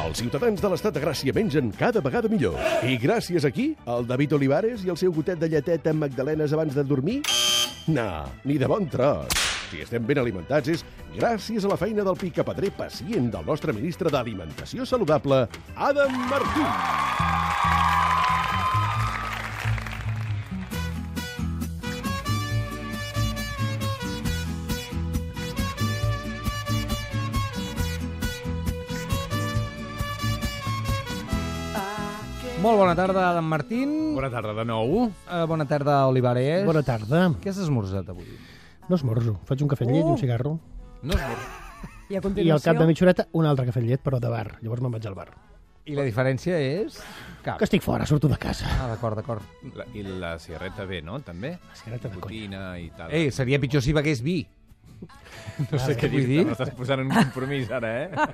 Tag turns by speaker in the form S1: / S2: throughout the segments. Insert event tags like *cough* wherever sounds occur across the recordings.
S1: Els ciutadans de l'estat de Gràcia mengen cada vegada millor. I gràcies a qui? El David Olivares i el seu gotet de lletet amb magdalenes abans de dormir? No, ni de bon tros. Si estem ben alimentats és gràcies a la feina del picapedrer pacient del nostre ministre d'Alimentació Saludable, Adam Martí.
S2: Molt bona tarda, Adam Martín. Bona,
S3: Bona tarda de nou.
S2: uh, bona tarda, Olivares.
S4: Bona tarda.
S2: Què has esmorzat avui?
S4: No esmorzo, faig un cafè amb llet i un cigarro.
S3: No és mort.
S5: I a
S4: I
S5: continuació...
S4: al cap de mitja horeta, un altre cafè amb llet, però de bar. Llavors me'n vaig al bar.
S2: I la diferència és... Cap.
S4: Que estic fora, surto de casa.
S2: Ah, d'acord, d'acord.
S3: La, I la cigarreta bé, no? També?
S4: cigarreta de
S3: Botina i tal. Ah,
S2: Ei, seria pitjor si begués vi.
S3: no sé què
S2: vull
S3: dir.
S2: dir?
S3: Estàs posant en un compromís ara, eh?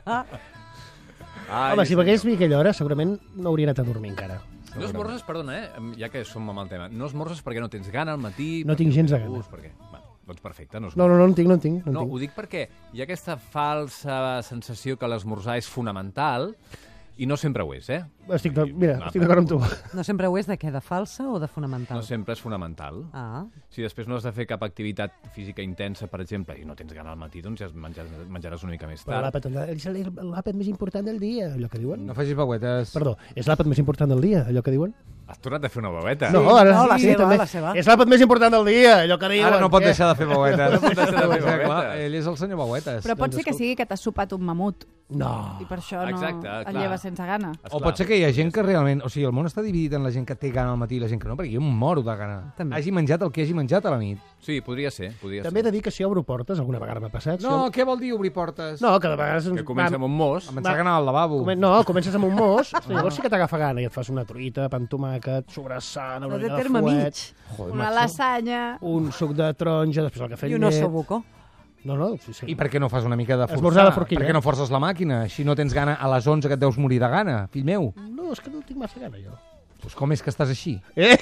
S3: Ai,
S4: *laughs* Home, si begués vi a aquella hora, segurament no hauria anat a dormir encara.
S3: No esmorzes, perdona, eh? Ja que som amb el tema. No esmorzes perquè no tens gana al matí...
S4: No
S3: perquè
S4: tinc gens de
S3: tens
S4: gana.
S3: gust, Perquè... Va, doncs perfecte, no
S4: No,
S3: esmorzes.
S4: no, no en tinc, no en tinc. No, en
S3: No, ho
S4: tinc.
S3: dic perquè hi ha aquesta falsa sensació que l'esmorzar és fonamental i no sempre ho és, eh?
S4: Estic de... Mira,
S3: Va,
S4: estic d'acord amb tu.
S5: No sempre ho és de què, de falsa o de fonamental?
S3: No sempre és fonamental.
S5: Ah,
S3: Si després no has de fer cap activitat física intensa, per exemple, i no tens gana al matí, doncs ja es menjar, menjaràs una mica més
S4: Però
S3: tard.
S4: l'àpat és l'àpat més important del dia, allò que diuen.
S2: No facis veuetes.
S4: Perdó, és l'àpat més important del dia, allò que diuen?
S3: Has tornat a fer una babeta.
S4: no,
S5: no,
S4: ara
S5: la
S4: sí,
S5: seva,
S4: també.
S5: la seva.
S4: És l'àpat més important del dia, allò que diuen.
S2: Ara no pot
S4: Què?
S2: deixar de fer veuetes.
S3: pot deixar de fer
S2: Sí, clar,
S3: veuetes.
S2: Ell és el senyor veuetes.
S6: Però pot ser que
S4: escolta.
S6: sigui que t'has sopat un mamut
S4: No.
S6: i per això no
S3: Exacte,
S6: et
S3: clar.
S6: lleves sense gana.
S2: O pot ser que hi ha gent que realment... O sigui, el món està dividit en la gent que té gana al matí i la gent que no, perquè jo em moro de gana.
S5: També.
S2: Hagi menjat el que hagi menjat a la nit.
S3: Sí, podria ser. Podria
S4: Eh, També he
S3: ser.
S4: de dir que si obro portes, alguna vegada m'ha passat... si
S2: No, què vol dir obrir portes?
S4: obro- No, que de vegades...
S3: Que comença amb un
S4: *laughs*
S3: mos.
S2: Em pensava que anava al lavabo.
S4: Comen no, comences amb un mos, llavors sí que t'agafa gana i et fas una truita, pa amb tomàquet, sobrassada, una
S5: no de
S4: mica de
S5: terme
S4: fuet,
S5: mig.
S6: Una lasanya...
S4: un suc de taronja, després el cafè
S5: I
S4: amb
S5: un osso
S4: llet.
S5: buco.
S4: No, no, sí, sí.
S2: I per què no fas una mica de
S4: Esmorzar
S2: forçar?
S4: de forquilla.
S2: Per què no forces la màquina? Així no tens gana a les 11 que et deus morir de gana, fill meu.
S4: No, és que no tinc massa gana, jo.
S2: Pues com és que estàs així?
S4: Eh,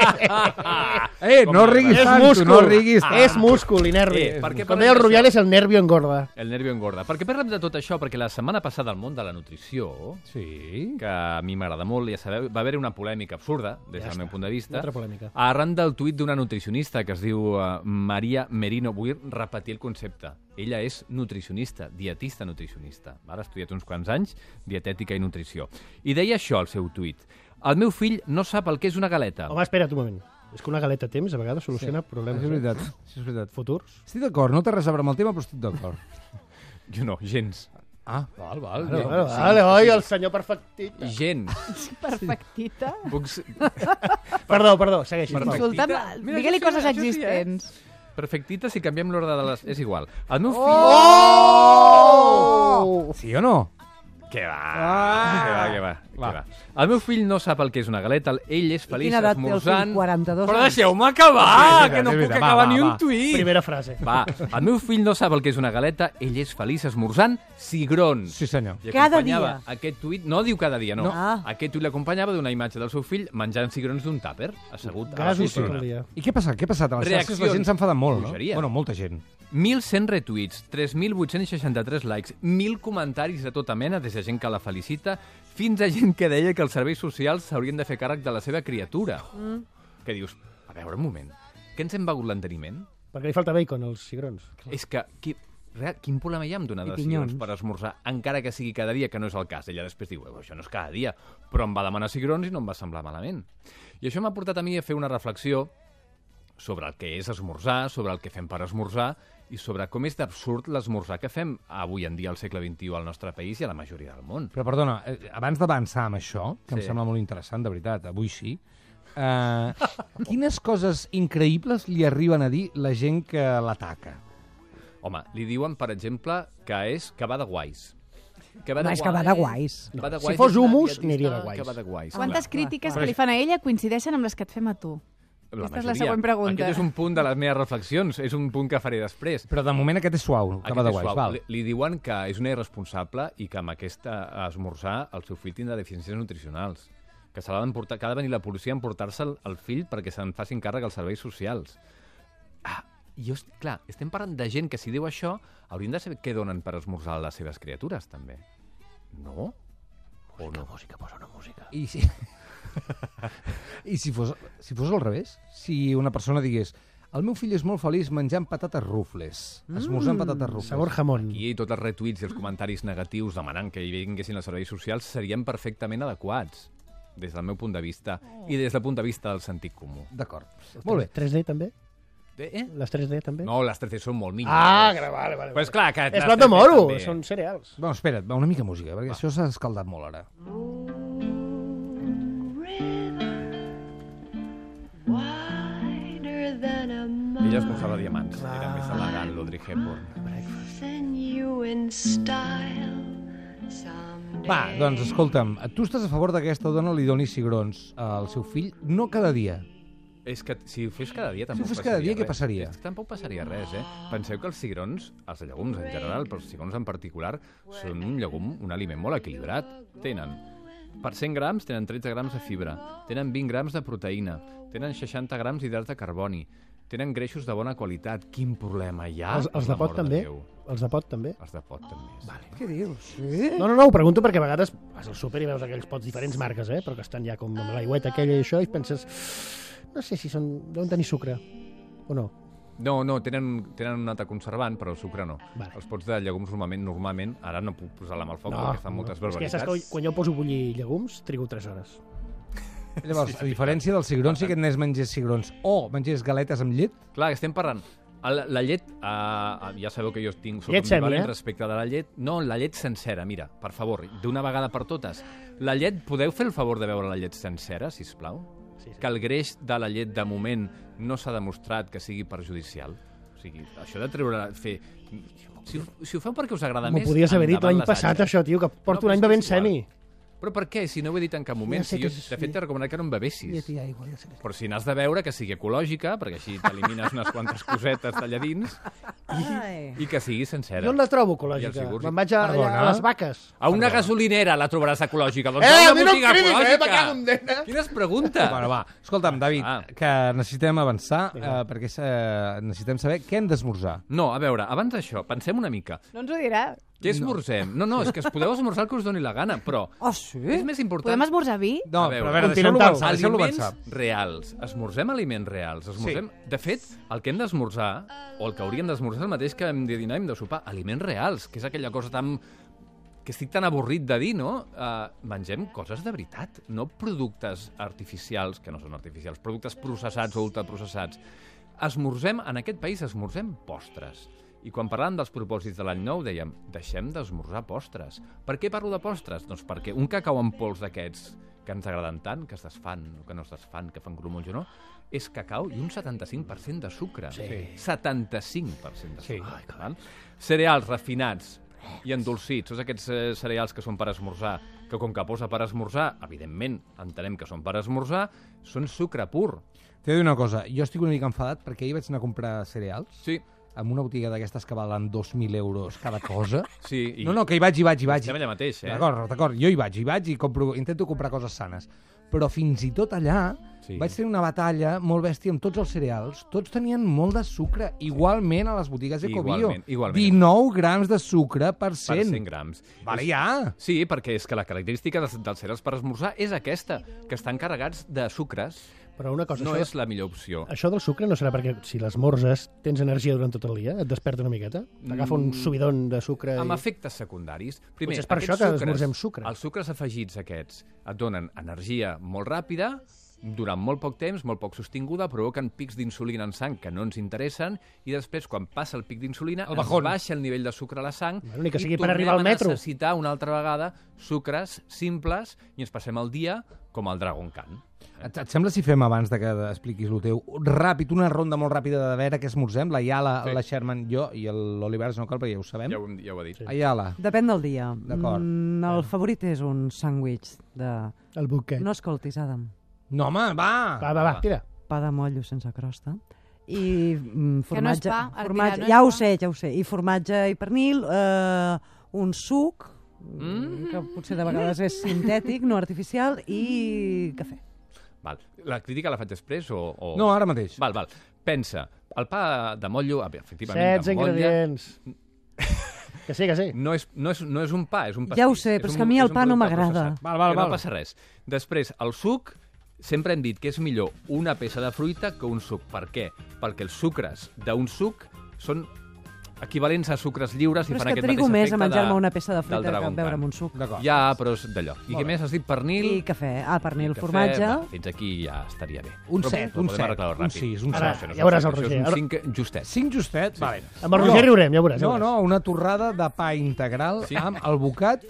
S4: Ah.
S2: Eh,
S3: Com
S2: no
S3: m'agrada.
S2: riguis
S4: és
S2: tant,
S4: múscul,
S2: no riguis
S4: ah. és múscul i nervi.
S3: Eh, per què
S4: Com
S3: parlem
S4: deia el
S3: d'això?
S4: Rubianes, el nervi engorda.
S3: El nervi engorda. Per què parlem de tot això? Perquè la setmana passada al món de la nutrició,
S2: Sí.
S3: que a mi m'agrada molt, ja sabeu, va haver una polèmica absurda, des del meu punt de vista,
S4: Altra polèmica.
S3: arran del tuit d'una nutricionista que es diu eh, Maria Merino. Vull repetir el concepte. Ella és nutricionista, dietista nutricionista. Val? Ha estudiat uns quants anys dietètica i nutrició. I deia això al seu tuit. El meu fill no sap el que és una galeta.
S4: Home, espera't un moment. És que una galeta a temps a vegades soluciona problemes. eh?
S2: Això és veritat. Això és veritat.
S4: Futurs.
S2: Estic d'acord, no té res a veure amb el tema, però estic d'acord.
S3: Jo no, gens.
S2: Ah, val, val.
S4: Vale, vale, vale, oi, el senyor perfectit.
S3: Gens.
S6: Perfectita.
S3: Puc... s-
S4: Perdó, perdó, segueixi.
S3: Perfecte.
S4: Perfecte.
S6: Insultant,
S3: Mira,
S6: digue-li
S3: això sí,
S6: coses
S3: això sí, eh?
S6: existents.
S3: Perfectita si canviem l'ordre de les... És igual. El meu fill...
S2: Oh! Sí o no?
S3: Què va? Què va, què va,
S2: Ah! Va.
S3: què va? El meu fill no sap el que és una galeta, ell és feliç
S5: Quina edat té el fill?
S3: esmorzant...
S5: 42
S3: Però
S5: anys.
S3: deixeu-me acabar,
S2: veritat,
S3: que no
S2: és
S3: puc
S2: veritat. Va,
S3: acabar
S2: va,
S3: ni un
S2: va.
S3: tuit.
S4: Primera frase.
S3: Va, el meu fill no sap el que és una galeta, ell és feliç esmorzant cigrons.
S2: Sí, senyor.
S3: I
S5: Cada
S3: acompanyava
S5: dia.
S3: Aquest tuit, no diu cada dia, no.
S5: No. Ah.
S3: Aquest tuit l'acompanyava d'una imatge del seu fill menjant cigrons d'un tàper, assegut a la
S4: Gasos tot
S3: poltrona.
S4: el dia.
S2: I què ha passat? Què ha passat? A les xarxes la
S3: Reaccions.
S2: gent s'ha enfadat molt, no?
S3: Bogeria.
S2: Bueno, molta gent.
S3: 1.100 retuits, 3.863 likes, 1.000 comentaris de tota mena, des de gent que la felicita fins a gent que deia que els serveis socials s'haurien de fer càrrec de la seva criatura. Mm. Que dius, a veure, un moment, què ens hem begut l'enteniment?
S4: Perquè li falta bacon als cigrons.
S3: És que, qui, real, quin problema hi ha amb donar
S5: I
S3: decisions
S5: pinyons.
S3: per esmorzar, encara que sigui cada dia, que no és el cas. Ella després diu, "Eh, això no és cada dia, però em va demanar cigrons i no em va semblar malament. I això m'ha portat a mi a fer una reflexió sobre el que és esmorzar, sobre el que fem per esmorzar i sobre com és d'absurd l'esmorzar que fem avui en dia al segle XXI al nostre país i a la majoria del món.
S2: Però, perdona, eh, abans d'avançar amb això, que em
S3: Sí.
S2: sembla molt interessant, de veritat, avui sí, eh, quines coses increïbles li arriben a dir la gent que l'ataca?
S3: Home, li diuen, per exemple, que és que va de guais. Que va
S5: No, és que va de guais.
S3: Va de
S4: Si
S3: guais
S4: fos
S3: és una
S4: humus,
S3: dietista
S4: aniria de guais.
S3: Que va de guais.
S6: Quantes
S3: clar.
S6: crítiques que li fan a ella coincideixen amb les que et fem a tu?
S3: La
S6: Aquesta és la
S3: majoria.
S6: següent pregunta.
S3: Aquest és un punt de les meves reflexions, és un punt que faré després.
S2: Però de moment aquest és suau, que va
S3: Aquest
S2: de
S3: és
S2: guais,
S3: suau.
S2: val.
S3: Li, li diuen que és una irresponsable i que amb aquesta esmorzar el seu fill tindrà deficiències nutricionals. Que, se l'ha d'emportar- que ha de venir la policia a emportar-se'l al fill perquè se'n facin càrrec els serveis socials. Ah, jo, est- clar, estem parlant de gent que si diu això haurien de saber què donen per esmorzar a les seves criatures, també. No? O no?
S4: Música, posa una música.
S2: I si, *laughs* I si, fos, si fos al revés, si una persona digués el meu fill és molt feliç menjant patates rufles, esmorzant patates rufles.
S4: Sabor jamón.
S3: I tots els retuits i els comentaris negatius demanant que hi vinguessin els serveis socials serien perfectament adequats, des del meu punt de vista i des del punt de vista del sentit comú.
S2: D'acord. Molt bé.
S4: 3D també?
S3: Eh?
S4: Les 3D també?
S3: No, les 3D són molt millors.
S4: Ah, vale, vale. vale.
S3: Però és clar que...
S4: és
S3: les
S4: plat de
S3: 3D
S4: moro,
S3: també.
S4: són cereals.
S2: Bueno, espera't, va, una mica música, perquè això s'ha escaldat molt ara.
S7: Wider than a
S3: Ella es
S7: mile,
S3: posava diamants. Era
S4: Ah.
S3: més elegant, l'Audrey Hepburn.
S7: and you in style. Someday
S2: Va, doncs escolta'm, tu estàs a favor d'aquesta dona li doni cigrons al seu fill, no cada dia.
S3: És que si ho fes cada dia tampoc
S2: fes cada dia, què
S3: res.
S2: passaria?
S3: És que tampoc passaria res, eh? Penseu que els cigrons, els llegums en general, però els cigrons en particular, són un llegum, un aliment molt equilibrat. Tenen per 100 grams tenen 13 grams de fibra, tenen 20 grams de proteïna, tenen 60 grams d'hidrats de carboni, tenen greixos de bona qualitat. Quin problema hi ha?
S4: Els, els
S3: per
S4: de pot
S3: l'amor
S4: també?
S3: Déu?
S4: Els de pot també?
S3: Els de pot també. sí.
S5: Què dius? Sí?
S4: No, no, no, ho pregunto perquè a vegades vas al súper i veus aquells pots diferents marques, eh? però que estan ja com amb l'aigüeta aquella i això, i penses, no sé si són... deuen tenir sucre o no.
S3: No, no, tenen, tenen un altre conservant, però el sucre no.
S4: Vale.
S3: Els pots de llegums normalment, normalment, ara no puc posar-la amb el foc no, perquè fan moltes
S4: És que ja saps que
S3: barbaritats.
S4: quan jo poso a bullir llegums, trigo 3 hores.
S2: Llavors, a diferència dels cigrons, si
S3: *laughs*
S2: aquest nen mengés cigrons o mengés galetes amb llet,
S3: Clar, estem parlant... La, la llet, eh, ja sabeu que jo tinc soc
S4: Llet semi,
S3: ambivalent
S4: eh?
S3: respecte de la llet. No, la llet sencera, mira, per favor, d'una vegada per totes. La llet, podeu fer el favor de veure la llet sencera, si us plau?
S4: Sí, sí.
S3: Que el greix de la llet, de moment, no s'ha demostrat que sigui perjudicial. O sigui, això de treure... Fer... Si, ho- si ho feu perquè us agrada
S4: M'ho
S3: més...
S4: podies haver dit
S3: endavant
S4: l'any
S3: les
S4: passat,
S3: atxes.
S4: això, tio, que porto
S3: però és
S4: un any
S3: que
S4: bevent
S3: és igual.
S4: semi.
S3: Però per què? Si no ho he dit en cap moment.
S4: Ja sé
S3: si jo,
S4: que és-
S3: de fet, t'he recomanat que no en bevessis.
S5: I aigua, ja sé que...
S3: Però si n'has de veure, que sigui ecològica, perquè així t'elimines unes quantes cosetes d'allà dins,
S5: Ai.
S3: i que sigui sencera.
S4: Jo no la
S3: I
S4: trobo
S3: els
S4: ecològica.
S3: iogurts.
S4: Me'n vaig a, allà, a
S2: Perdona?
S4: les vaques.
S3: A una gasolinera la trobaràs ecològica. Doncs
S4: Eh,
S3: a
S4: a mi
S3: una
S4: no em
S3: botiga
S4: cridis, eh, me
S3: ecològica.
S4: cago en Déu.
S3: Quines preguntes?
S2: Bueno, va, escolta'm, David,
S3: Ah.
S2: que necessitem avançar eh, perquè eh, necessitem saber què hem d'esmorzar.
S3: No, a veure, abans d'això, pensem una mica.
S6: No ens ho dirà.
S3: Què esmorzem? No, no, és que es podeu esmorzar el que us doni la gana, però
S5: Oh, sí?
S3: és més important...
S6: Podem esmorzar vi?
S2: No,
S3: A veure,
S2: però a veure, deixeu-lo
S4: continental.
S2: avançar, deixeu
S3: aliments
S2: avançar.
S3: reals. Esmorzem aliments reals. Esmorzem... De fet, el que hem d'esmorzar, o el que hauríem d'esmorzar és el mateix que hem de dinar i hem de sopar, aliments reals, que és aquella cosa tan que estic tan avorrit de dir, no? Uh, mengem coses de veritat, no productes artificials, que no són artificials, productes processats o ultraprocessats. Esmorzem, en aquest país, esmorzem postres. I quan parlàvem dels propòsits de l'any nou, dèiem, deixem d'esmorzar postres. Per què parlo de postres? Doncs perquè un cacau en pols d'aquests que ens agraden tant, que es desfan o que no es desfan, que fan grumolls o no, és cacau i un 75% de sucre. Sí. 75% de sucre. Sí. Ai, Cereals refinats
S2: Oh,
S3: i endolcits, tots aquests eh, cereals que són per esmorzar, que com que posa per esmorzar, evidentment entenem que són per esmorzar, són sucre pur.
S2: T'he de dir una cosa, jo estic una mica enfadat perquè ahir vaig anar a comprar cereals
S3: Sí,
S2: amb una botiga d'aquestes que valen 2.000 euros cada cosa.
S3: sí.
S2: I... No, no, que hi vaig, hi vaig, hi vaig.
S3: Estem allà mateix, eh?
S2: D'acord, d'acord, jo hi vaig, hi vaig i compro, intento comprar coses sanes. Però fins i tot allà
S3: Sí.
S2: sí. vaig tenir una batalla molt bèstia amb tots els cereals. Tots tenien molt de sucre, igualment a les botigues de Covio.
S3: Igualment, igualment.
S2: 19 grams de sucre per 100.
S3: Per 100 grams.
S2: Vale, ja.
S3: Sí, perquè és que la característica dels, dels cereals per esmorzar és aquesta, que estan carregats de sucres.
S4: Però una
S2: Doncs
S4: cosa,
S3: No
S4: això,
S3: és la millor opció.
S4: això del sucre no serà perquè si l'esmorzes tens energia durant tot el dia, et desperta una miqueta, t'agafa un subidon de sucre
S3: Mm. Amb
S4: i...
S3: efectes secundaris. Primer,
S4: Potser és per
S3: aquests
S4: això que esmorzem sucre.
S3: Els sucres afegits aquests et donen energia molt ràpida, durant molt poc temps, molt poc sostinguda, provoquen pics d'insulina en sang que no ens interessen i després, quan passa el pic d'insulina,
S2: El
S3: ens
S2: bajón.
S3: baixa el nivell de sucre a la sang
S4: Bueno, ni que
S3: i
S4: sigui per
S3: tornem
S4: arribar al
S3: a
S4: metro.
S3: necessitar una altra vegada sucres simples i ens passem el dia com el Dragon Khan.
S2: Et, et sembla si fem abans de que expliquis el teu? Ràpid, una ronda molt ràpida de veure què esmorzem. La Iala,
S3: Sí.
S2: sí. la Sherman, jo i el- l'Olivares no cal, perquè ja ho sabem.
S3: Ja ho, hem- ja ho he dit. Sí.
S2: Ayala.
S5: Depèn del dia.
S2: D'acord.
S5: Mm, el favorit és un sàndwich de...
S4: El buquet.
S5: No escoltis, Adam.
S2: No, home, va!
S4: Va, va, va,
S3: Ah,
S4: tira.
S5: Pa de mollo sense crosta. I mm,
S6: Que no és
S5: formatge...
S6: pa, Artira,
S5: formatge
S6: no és
S5: ja ho
S6: pa.
S5: sé, ja ho sé. I formatge i pernil, eh, un suc, mm.
S3: Mm-hmm.
S5: que potser de vegades és sintètic, no artificial,
S6: Mm.
S5: i cafè.
S3: Val. La crítica la faig després o... o...
S2: No, ara mateix.
S3: Val, val. Pensa, el pa de motllo, ah, bé, efectivament,
S4: 16
S3: *laughs* amb motlle,
S4: ingredients. Que sí, que sí.
S3: No és, no, és, no és un pa, és un pastís.
S5: Ja ho sé, però és que a mi el
S3: un
S5: pa no
S3: producte
S5: m'agrada.
S3: processat.
S2: Val, val,
S3: Que
S2: val.
S3: No passa res. Després, el suc, sempre hem dit que és millor una peça de fruita que un suc. Per què? Perquè els sucres d'un suc són equivalents a sucres lliures
S5: Però
S3: i
S5: és
S3: fan
S5: que
S3: aquest
S5: trigo
S3: mateix
S5: més
S3: efecte
S5: a menjar-me una peça de fruita que beure'm un suc.
S2: D'acord.
S3: Ja, però és d'allò. I què més has dit? Pernil?
S5: I cafè, ah, pernil,
S3: cafè,
S5: formatge...
S3: va, fins aquí ja estaria bé.
S2: Un
S3: Però
S2: set,
S3: ho
S2: un
S3: podem
S2: set,
S3: arreglar
S2: un
S3: ràpid.
S2: sis, un
S3: No,
S2: set.
S3: això no és
S4: Ja veuràs
S3: set, això
S4: el
S3: és
S4: Roger.
S3: un
S4: Ara-
S3: cinc justet.
S2: Cinc justet? Sí. Vale.
S4: Amb el Roger riurem, ja ho veuràs. ja
S2: No,
S4: ho veuràs.
S2: no, una torrada de pa integral sí. amb el *laughs* bocat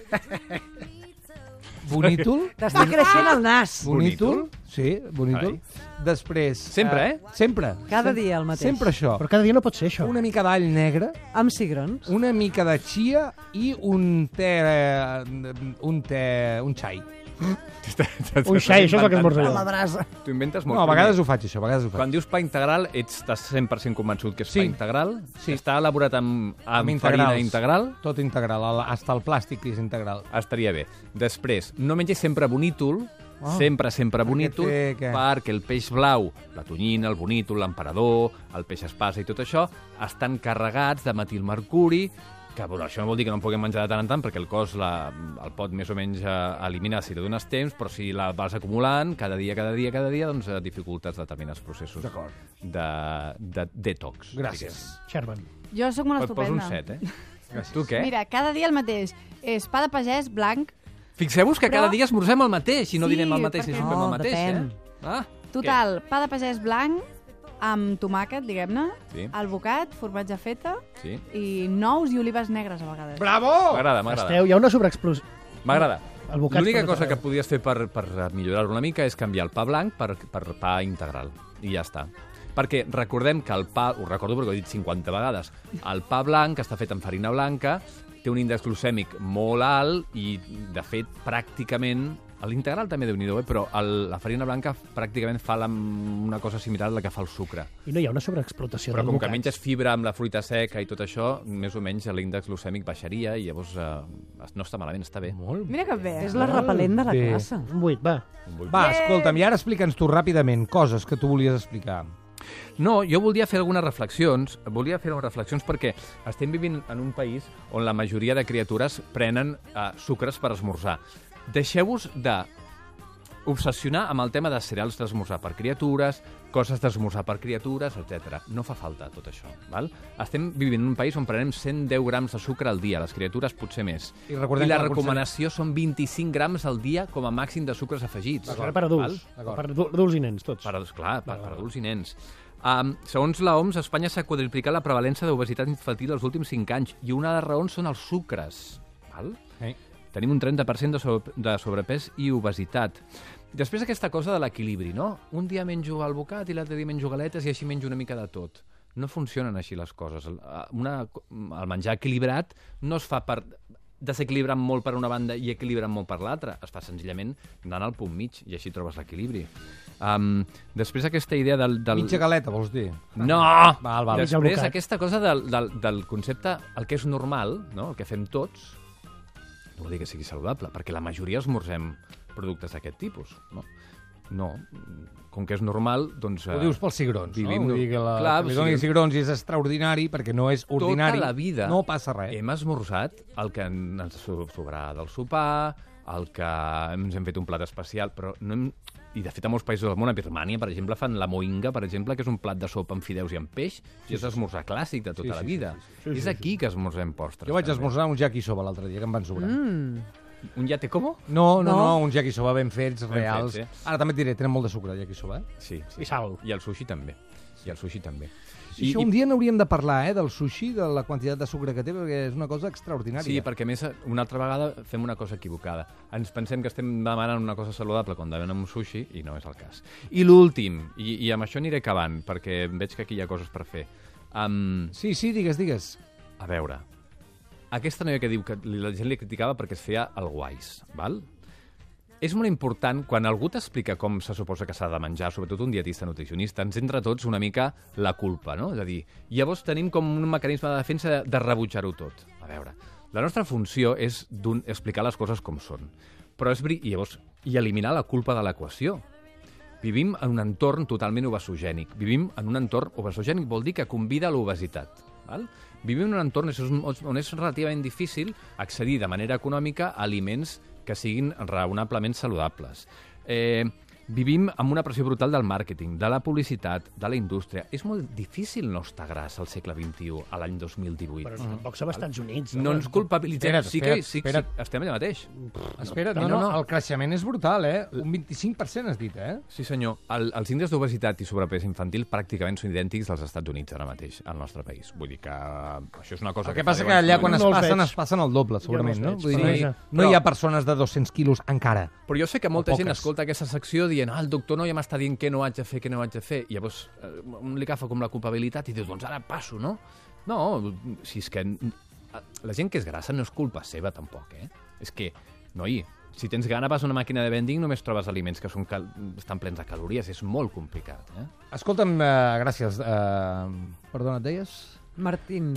S2: bonítol.
S5: T'està creixent el nas.
S2: Bonítol. Sí, bonítol. Després...
S3: Sempre, eh?
S2: Sempre.
S5: Cada dia el mateix.
S2: Sempre això.
S4: Però cada dia no pot ser això.
S2: Una mica d'all negre,
S5: Amb cigrons.
S2: una mica de chia i un té... eh, un té... un xai.
S4: Un xai, això és el que esmorzo
S5: A la
S4: jo.
S5: brasa.
S3: T'ho inventes molt.
S2: No, a
S3: primer.
S2: vegades ho faig, això, a vegades ho faig.
S3: Quan dius pa integral, ets estàs 100% convençut que és
S2: Sí.
S3: pa integral?
S2: Sí.
S3: Està elaborat amb, amb, amb farina
S2: integrals.
S3: integral?
S2: Tot integral, el- hasta el plàstic és integral.
S3: Estaria bé. Després, no mengis sempre bonítol,
S2: Oh.
S3: sempre, sempre bonítol,
S2: té que-
S3: perquè el peix blau, la tonyina, el bonítol, l'emperador, el peix espasa i tot això, estan carregats de metilmercuri, que bueno, això no vol dir que no en puguem menjar de tant en tant, perquè el cos la, el pot més o menys eh, eliminar si te dones temps, però si la vas acumulant cada dia, cada dia, cada dia, doncs eh, dificultes determinats processos
S2: D'acord.
S3: de, de detox.
S2: Gràcies.
S4: Sherman.
S6: Jo sóc una
S3: Et poso un
S6: estupenda.
S3: set, eh? Gràcies. Tu què?
S6: Mira, cada dia el mateix. És pa de pagès blanc,
S3: Fixeu-vos que
S6: Però-
S3: cada dia esmorzem el mateix i no
S6: Sí,
S3: dinem el mateix i
S6: perquè-
S3: sopem el
S5: No,
S3: mateix,
S5: depèn.
S3: eh? Ah,
S6: total, pa de pagès blanc amb tomàquet, diguem-ne,
S3: Sí.
S6: el bocat, formatge feta
S3: Què? Sí.
S6: i nous i olives negres a vegades.
S2: Bravo!
S3: M'agrada, m'agrada.
S4: Oh! Esteu, hi ha una sobreexplosió.
S3: M'agrada.
S4: El bocat
S3: L'única
S4: per tot
S3: cosa que
S4: arreu.
S3: podies fer per, per millorar-ho una mica és canviar el pa blanc per, per pa integral. I ja està. Perquè recordem que el pa, ho recordo perquè ho he dit 50 vegades, el pa blanc, que està fet amb farina blanca, té un índex glucèmic molt alt i, de fet, pràcticament... L'integral també, déu nhi eh? però el, la farina blanca pràcticament fa la, una cosa similar a la que fa el sucre.
S4: I no hi ha una sobreexplotació
S3: Però
S4: del
S3: com que
S4: bocat.
S3: menges fibra amb la fruita seca i tot això, més o menys l'índex glucèmic baixaria i llavors eh, no està malament, està bé.
S2: Molt
S6: Mira que bé.
S5: És la repel·lent de la
S2: Bé.
S5: classe.
S4: Un buit, va.
S2: Va, escolta'm, i ara explica'ns tu ràpidament coses que tu volies explicar.
S3: No, jo volia fer algunes reflexions, volia fer algunes reflexions perquè estem vivint en un país on la majoria de criatures prenen eh, sucres per esmorzar. Deixeu-vos de obsessionar amb el tema de cereals d'esmorzar per criatures, coses d'esmorzar per criatures, etc. No fa falta tot això, val? Estem vivint en un país on prenem 110 grams de sucre al dia, les criatures potser més.
S2: I recordem
S3: I la
S2: que la
S3: recomanació són 25 grams al dia com a màxim de sucres afegits.
S4: Serà per adults.
S2: D'acord.
S4: Per adu- adults i nens, tots.
S3: Per adults, clar, per, per adults i nens. Um, segons la OMS, a Espanya s'ha quadriplicat la prevalença d'obesitat infantil els últims 5 anys i una de les raons són els sucres. Val?
S2: Eh?
S3: Tenim un 30% de, sobre, de sobrepès i obesitat. Després aquesta cosa de l'equilibri, no? Un dia menjo el bocat i l'altre dia menjo galetes i així menjo una mica de tot. No funcionen així les coses. El- eh, Una, el menjar equilibrat no es fa per desequilibrant molt per una banda i equilibrant molt per l'altra. Es fa senzillament anant al punt mig i així trobes l'equilibri. Um, després aquesta idea del... del...
S2: Mitja galeta, vols dir?
S3: No!
S2: Val, val.
S4: Mitja
S3: Després,
S4: bocat.
S3: aquesta cosa del, del, del concepte, el que és normal, no? el que fem tots, no vol dir que sigui saludable, perquè la majoria esmorzem productes d'aquest tipus. No? no, com que és normal, doncs...
S2: Ho
S3: eh,
S2: dius pels cigrons,
S3: vivim-
S2: no? Vull dir que, la,
S3: Clar,
S2: que li
S3: o
S2: donin
S3: sigui,
S2: cigrons i és extraordinari perquè no és ordinari.
S3: Tota la vida
S2: No passa res.
S3: hem esmorzat el que ens so- sobrarà del sopar, el que ens hem fet un plat especial, però no hem... I, de fet, a molts països del món, a Birmània, per exemple, fan la moinga, per exemple, que és un plat de sopa amb fideus i amb peix, i és esmorzar clàssic de tota
S2: Sí,
S3: la
S2: sí,
S3: vida. És aquí que esmorzem postres.
S2: Jo vaig
S3: també.
S2: esmorzar un yakisoba l'altre dia, que em van sobrar. Mm.
S3: Un yate como?
S2: No, no,
S5: No?
S2: no, un yakisoba ben fets, reals.
S3: fets,
S2: Ara també et diré, tenen molt de sucre, el yakisoba. Eh?
S3: Sí, sí.
S4: I sal.
S3: I el sushi també. I el sushi també.
S2: I, això un dia n'hauríem de parlar, eh, del sushi, de la quantitat de sucre que té, perquè és una cosa extraordinària.
S3: Sí, perquè a més, una altra vegada fem una cosa equivocada. Ens pensem que estem demanant una cosa saludable quan demanem un sushi i no és el cas. I l'últim, i, i amb això aniré acabant, perquè veig que aquí hi ha coses per fer. Um,
S2: Sí, sí, digues, digues.
S3: a veure, aquesta noia que diu que li- la gent li criticava perquè es feia el guais, val? És molt important, quan algú t'explica com se suposa que s'ha de menjar, sobretot un dietista nutricionista, ens entra a tots una mica la culpa, no? És a dir, llavors tenim com un mecanisme de defensa de, de rebutjar-ho tot. A veure, la nostra funció és d'un- explicar les coses com són. Però és veri- i llavors, i eliminar la culpa de l'equació. Vivim en un entorn totalment obesogènic. Vivim en un entorn obesogènic, vol dir que convida a l'obesitat. val? Val? Vivim en un entorn és un- on és relativament difícil accedir de manera econòmica a aliments que siguin raonablement saludables. Eh, vivim amb una pressió brutal del màrqueting, de la publicitat, de la indústria. És molt difícil no estar gras al segle XXI, a l'any 2018.
S4: Però tampoc som Estats Units.
S3: No ens culpabilitzem.
S2: Espera't,
S3: sí que
S2: espera't,
S3: sí,
S2: espera't.
S3: sí, estem allà mateix. Eh,
S2: Espera, no, no, el creixement és brutal, eh? Un 25% has dit, eh?
S3: Sí, senyor. El, els índices d'obesitat i sobrepès infantil pràcticament són idèntics als Estats Units ara mateix, al nostre país. Vull dir que eh, això és una cosa
S2: El que passa que allà quan es
S4: No els
S2: passen,
S4: veig.
S2: es passen el doble, segurament,
S4: Jo no
S2: no?
S4: els
S2: Vull
S4: veig,
S2: dir,
S4: però-
S2: no hi ha persones de 200 quilos encara.
S3: Però jo sé que molta
S2: O
S3: gent
S2: poques.
S3: escolta aquesta secció dient ah, el doctor no ja m'està dient què no haig de fer, què no haig de fer. I llavors eh, un li agafa com la culpabilitat i diu, doncs ara passo, no? No, si és que... eh, La gent que és grassa no és culpa seva, tampoc, eh? És que, noi, si tens gana vas a una màquina de vending només trobes aliments que són cal... estan plens de calories. És molt complicat, eh?
S2: Escolta'm, eh, gràcies. Eh, perdona, et deies?
S5: Martín.